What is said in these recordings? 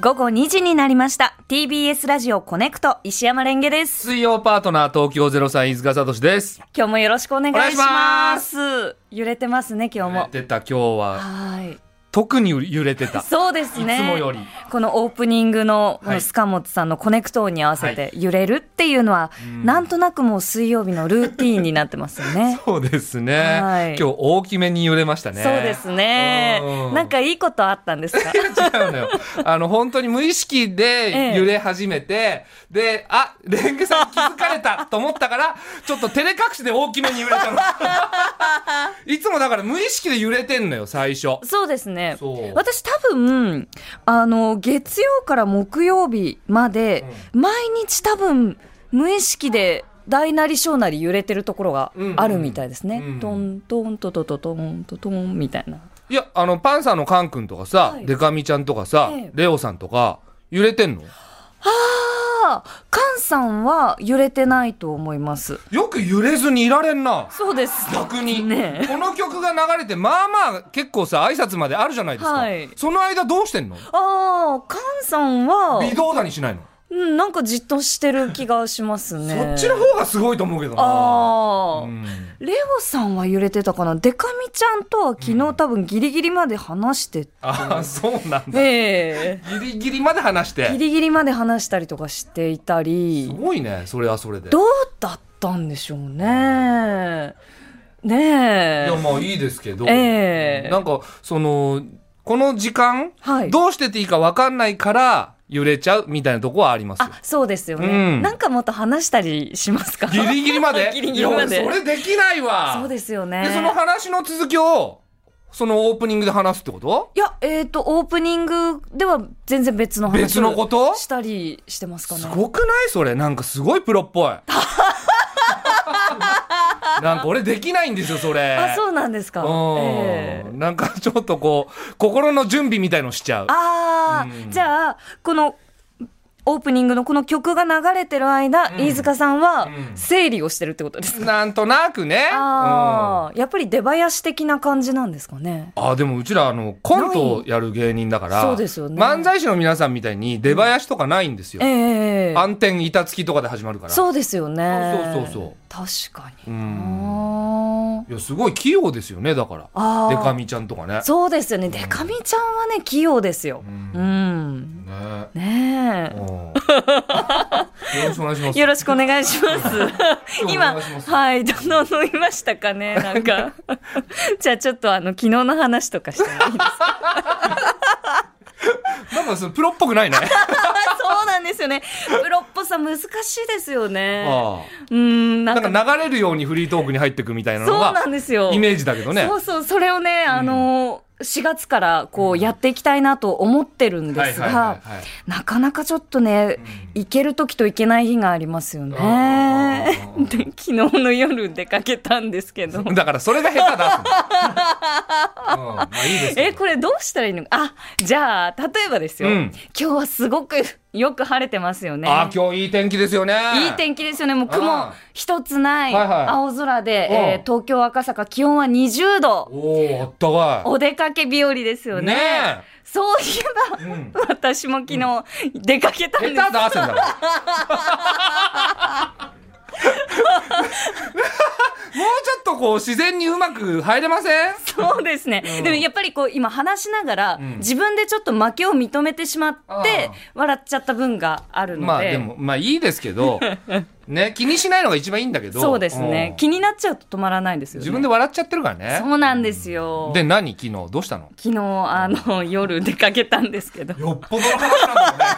午後2時になりました TBS ラジオコネクト石山レンゲです水曜パートナー東京ゼロさん飯塚聡です。今日もよろしくお願いしお願まいす揺れてますね今日揺れもてた今日ははい特に揺れてた。そうですいねつもより。このオープニングのこはのいスカモツさんのコネクト音に合わせて揺れるっていうのは、んなんとなくもう水曜日のルーティーンになってますよねそうですはねい。今日大きめに揺れましたね。そうですねうんなんかいいことあったんですか違うのよ。あの、本当に無意識ええで揺れ始めて、で、あ、レンゲさん気づかれたと思ったから、ちょっと照れ隠しで大きめに揺れた の。いつもだから無意識で揺れてんのよ、最初。そうですねそう私多分あの月曜から木曜日まで、毎日多分無意識で大なり小なり揺れてるところがあるみたいですね、うんうんトントントトトトントトンみたいないや、あの、パンサーのカン君とかさ、はいデカミちゃんとかさ、ええレオさんとか、揺れてんのああカンさんは揺れてないと思いますよく揺れずにいられんな。そうです逆に、ねえこの曲が流れてまあまあ結構さ挨拶まであるじゃないですか、はいその間どうしてんのああカンさんは微動だにしないの、うんなんかじっとしてる気がしますねそっちの方がすごいと思うけどなああ、うんレオさんは揺れてたかなデカミちゃんとは昨日多分ギリギリまで話して、ああそうなんだええギリギリまで話してギリギリまで話したりとかしていたすりごいねそれはそれでどうだったんでしょうねねいえやまあいいですけど、ええなんかそのこの時間、はいどうしてていいか分かんないから揺れちゃうみたいなとこはありますよあそうですよね、うんなんかもっと話したりしますかギリギリまで ギリギリまでいや俺それできないわそうですよねでその話の続きをそのオープニングで話すってこといや、えっ、と、オープニングでは全然別の話を別のことしたりしてますかね。すごくないそれなんかすごいプロっぽい なんか俺できないんですよそれあ、そうなんですか。ええうんなんかちょっとこう心の準備みたいのしちゃうあー、うんじゃあ、この、オープニングのこの曲が流れてる間、飯塚さんはうん整理をしてるってことですか、なんとなくねああ、やっぱり出囃子的な感じなんですかね。うんあでもうちらあのコントをやる芸人だからそうですよね漫才師の皆さんみたいに出囃子とかないんですよ、ええ暗転板付きとかで始まるからそうですよね。そうそうそう確かうに。んあーいやすごい器用ですよねだからあーデカミちゃんとかねそうですよね。デカミちゃんはね、器用ですよ。んうんねねうんよろしくお願いします。え。よろしくお願いします。お今、願いしますはい、どの飲みましたか ね、なんか。じゃあちょっとあの、昨日の話とかしてもいいですかなんかそのプロっぽくないね。 そうなんですよね。プロっぽさ難しいですよね。あうーん、なあんか、なんか流れるようにフリートークに入ってくみたいなそのうがなんですよ。イメージだけどねそ。うそう、それをね、あの、4月からこうやっていきたいなと思ってるんですが、いはい。なかなかちょっとね、行ける時と行けない日がありますよねうんうんうんう ん。で昨日の夜出かけたんですけど。だからそれが下手だっての。うん、まあいいですけえ、ど。これどうしたらいいのあ、じゃあ、例えばですよ。うん今日はすごくよく晴れてますよね。ああ今日いい天気ですよね。いい天気ですよね。もうあ雲あ一つないはいはい青空で、うんえー東京赤坂気温は20度。おおあったかお出かけ日和ですよい。ね。ねそういええ。ば、うん。私も昨日出かけたんで下手す。だ汗 だろ。もうちょっとこう自然にうまく入れません？そうですね、うんでもやっぱりこう今話しながら、うん自分でちょっと負けを認めてしまってああ笑っちゃった分があるので,、まあでもまあいいです けどね気にしないのが一番いいんだけどそうですねん気になっちゃうと止まらないですよね自分で笑っちゃってるからねそうなんですよで何昨日どうしたの昨日あ の夜出かけたんですけどよっぽどの話なんだよ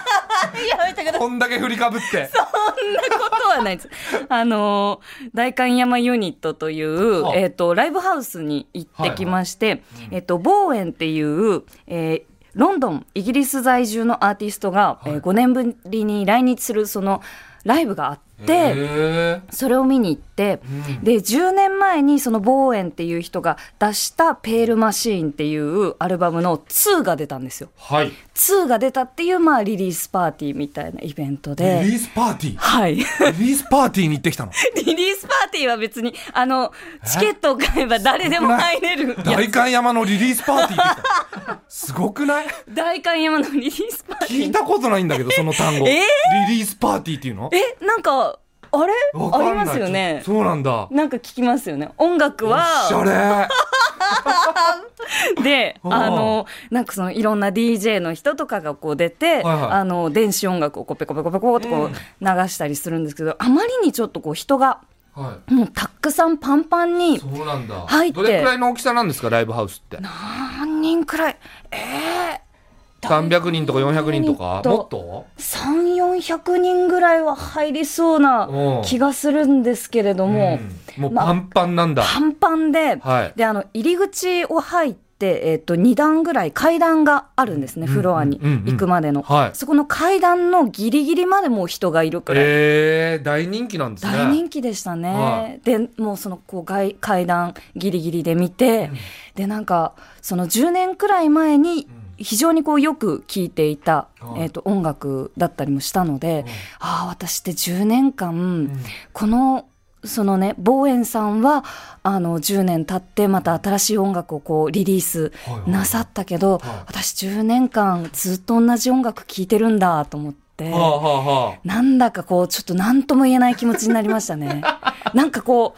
やめてくだねこんだけ振りかぶってそんなことはないです。あの、代官山ユニットというは、あえっ、と、ライブハウスに行ってきまして、えっ、と、ボーエンっていう、えーロンドン、イギリス在住のアーティストが、えー5年ぶりに来日する、その、ライブがあって、へそれを見に行って、ーで、10年前にそのボーエンっていう人が出したペールマシーンっていうアルバムの2が出たんですよ。はいリ2が出たっていう、まあ、リリースパーティーみたいなイベントリで、ースパーティはい。 ーリリースパーティーに行ってきたのリリースパーティーは別に、あの、チケットを買えば誰でも入れる。いや代官山のリリースパーティー行ってきたのすごくない代官山のリリースパー聞いたことないんだけど、その単語。えリリースパーティーっていうのえなんかあれわかんあないりますよねちょそうなんだ。なんか聞きますよね音楽はおしゃれ。で、あーあの、なんかそのいろんな DJ の人とかがこう出て、はいはいあの、電子音楽をこうペコペコペコとこううん流したりするんですけど、あまりにちょっとこう人がはもうたくさんパンパンい。に、そうなんだ。入ってどれくらいの大きさなんですか、ライブハウスって。何人くらい、ええ300人とか400人とかえ。っともっと3、400人ぐらいは入りそうなうん気がするんですけれども、うんもうパンパンなんだ。パンパンで、はい。で、あの、入り口を入って、えっ、と、2段ぐらい階段があるんですね、フロアにうんうんうん行くまでの。はいそこの階段のギリギリまでもう人がいるくらい。えー、大人気なんですね。大人気でしたね。はで、もうそのこう外階段ギリギリで見て、で、なんか、その10年くらい前に非常にこうよく聴いていた、はいえっ、と、音楽だったりもしたので、んああ、私って10年間、んこの、そのね、ボーエンさんは、あの、10年経ってまた新しい音楽をこうリリースはいはいなさったけど、はい私10年間ずっと同じ音楽聴いてるんだと思って、はあはあはなんだかこう、ちょっと何とも言えない気持ちになりました ね。なんかこ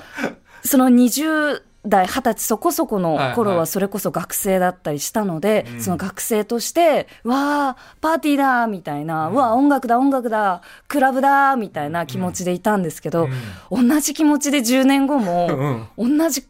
う、その20代、20歳そこそこのはい頃ははいそれこそ学生だったりしたので、うんその学生として、わー、パーティーだーみたいな、うわ、音楽だ、音楽だ、クラブだーみたいな気持ちでいたんですけど、同じ気持ちで10年後あ。うも、ん。同じ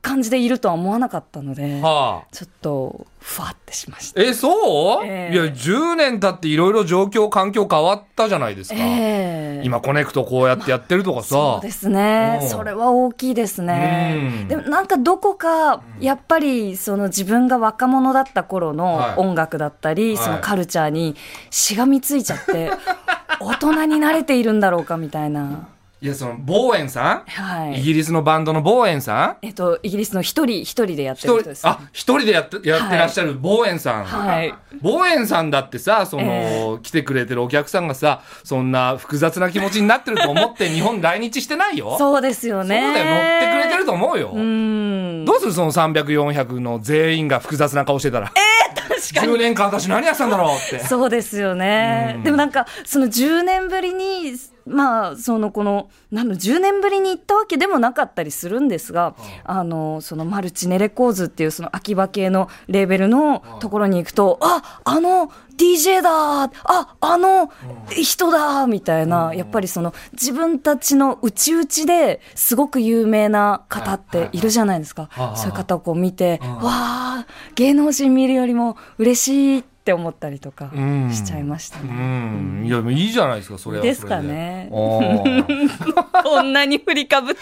感じでいるとは思わなかったので、はあ。ちょっと、ふわってしました。え、そう、ええいや、10年経っていろいろ状況、環境変わったじゃないですか。ええ今、コネクトこうやってやってるとかさ。そうですねうんそれは大きいですうんねでもなんかどこかやっぱりその自分が若者だった頃はいの音楽だったり、はいそのカルチャーにしがみついちゃって 大人に慣れているんだろうかみたいないや、その、ボーエンさん、はイいギリスのバンドのボーエンさんえっとイギリスの一人一人でやって一る人人です、ね、あ一人でやってやってらっしゃるボーエンさん、はいボーエンさんだってさその、え来てくれてるお客さんがさそんな複雑な気持ちになってると 思って日本来日してないよそうですよねそうだよ乗ってくれてると思うよ、うんどうするその300400の全員が複雑な顔してたらえー、確かに10年間私何やってたんだろうってそうですよね。うんでもなんか、その10年ぶりに、まあ、そのこの、なんの、10年ぶりに行ったわけでもなかったりするんですが、あの、そのマルチネレコーズっていうその秋葉系のレーベルのところに行くと、あ、あの DJ だあ、あの人だみたいな、やっぱりその自分たちの内々ですごく有名な方っているじゃないですかいはいは。いそういう方をこう見て、んわあ、芸能人見るよりも嬉しいって思ったりとか。うんしちゃいましたうね。んいやでもいいじゃないですかそれはそれですかね あーこんなに振りかぶって、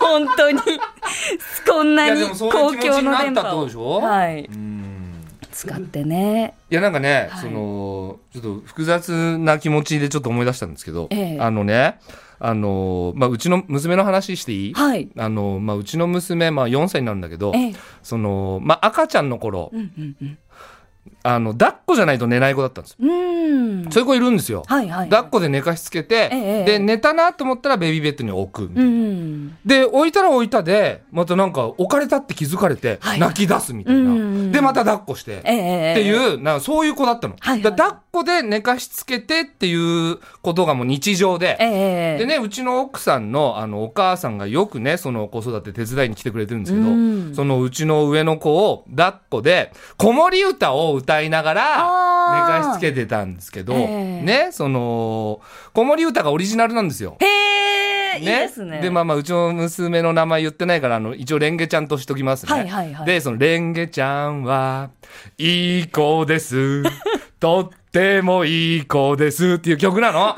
本当に、こんいなやにでもそういう公気持ち共にのなっ電たって波ことをでしょ、はい、うん使ってね。いやなんかね、はいそのちょっと複雑な気持ちでちょっと思い出したんですけど、ええあのねあの、まあ、うちの娘の話していい、はい。あのまあ、うちの娘、まあ、4歳になるんだけどええ、その、まあ、赤ちゃんの頃うんうんうん。あの抱っこじゃないと寝ない子だったんですよ、うん。そういう子いるんですよ、はいはい。抱っこで寝かしつけて、ええで寝たなと思ったらベビーベッドに置くみたいなうん。で、置いたら置いたで、またなんか置かれたって気づかれては、い泣き出すみたいな。うんうんうんで、また抱っこして。ええええっていう、なんかそういう子だったの。はいはいだから抱っこで寝かしつけてっていうことがもう日常えで。ええでね、うちの奥さんの、あの、お母さんがよくね、その子育て手伝いに来てくれてるんですけうど、んそのうちの上の子を抱っこで、子守歌を歌いながら、あー寝かしつけてたんですけど、ええね、その、子守歌がオリジナルなんですよ。えへえ、いいですね。まあまあ、うちの娘の名前言ってないから、あの、一応、レンゲちゃんとしときますね。はいはいはいで、その、レンゲちゃんは、いい子 です。とってもいい子ですっていう曲 なの。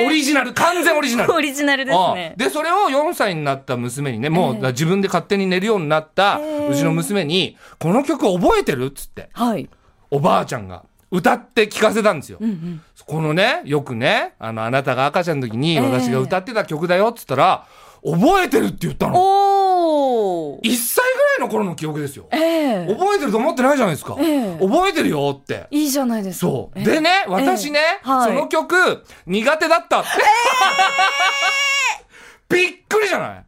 オリジナル、完全オリジナル。オリジナルですね。うんでそれを4歳になった娘にね、もう、ええ自分で勝手に寝るようになった、ええうちの娘に、この曲覚えてるっつって、はい。おばあちゃんが歌って聞かせたんですよ。うんうん。このね、よくね、あの、あなたが赤ちゃんの時にええ私が歌ってた曲だよって言ったら、覚えてるって言ったの。おお。 1歳ぐらいの頃の記憶ですよ。ええ覚えてると思ってないじゃないですか。ええ覚えてるよって。いいじゃないですか。そう。ええでね、私ね、ええはいその曲、苦手だったって。 びっくりじゃない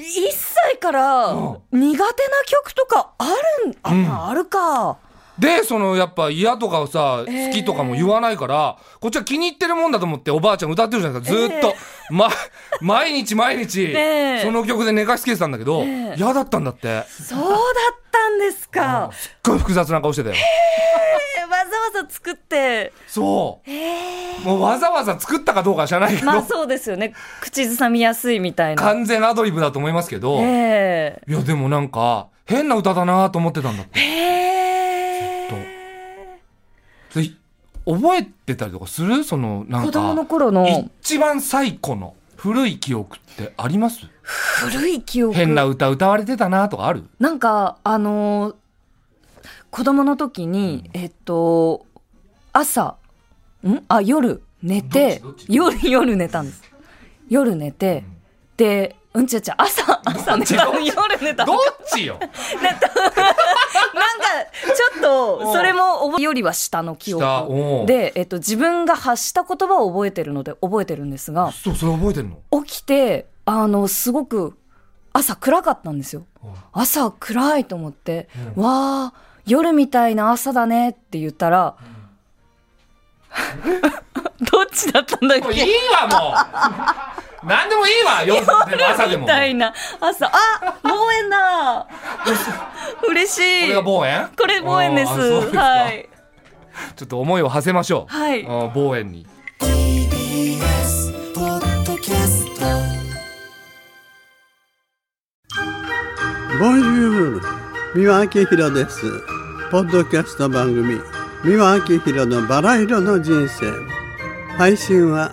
1歳からうん苦手な曲とかあるん、あ、うんまああるか。で、その、やっぱ嫌とかをさ、えー好きとかも言わないから、こっちは気に入ってるもんだと思っておばあちゃん歌ってるじゃないですか、ずーっと。 ま、毎日毎日、ねえその曲で寝かしつけてたんだけど、ねえ嫌だったんだって。すっそうだったんですか。ごい複雑な顔してたよ。えーわざわざ作って。そう。えーもうわざわざ作ったかどうかは知らないけど、まあそうですよね。口ずさみやすいみたいな。完全アドリブだと思いますけど、えいや、でもなんか、変な歌だなと思ってたんだってー、。えちょっーそれ覚えてたりとかするその、なんか。子供の頃の一番最古の古い記憶ってあります古い記憶。変な歌歌われてたなとかあるなんか、あのー子供の時に、えっと、朝、んあ、夜寝てどっちどっ、ち夜、夜寝たんです。夜寝て、んで、うんちゃちゃ、朝、朝寝た。どっち夜寝た。どなっんか、ちよちょっうんと、それも覚えよりは下の記下う憶ん。で、えっと、自分が発した言葉を覚えてるので、覚えてるんですが、そう、それ覚えてるの起きて、あの、すごく、朝暗かったんですよ。朝暗いと思って、うんわあ夜みたいな朝だねって言ったら、 どっちだったんだっもういけいわ、も う何でもいいわ夜でも朝で夜も。みこたれいな朝あ望遠 だ嬉しいが望遠これ望遠ですあーそうですかはいちょっと思いを馳せましょう。はいあー望遠に。 TBS ポッドキャストボンジュール三輪明宏ですポッドキャスト番組三輪明宏のバラ色の人生配信は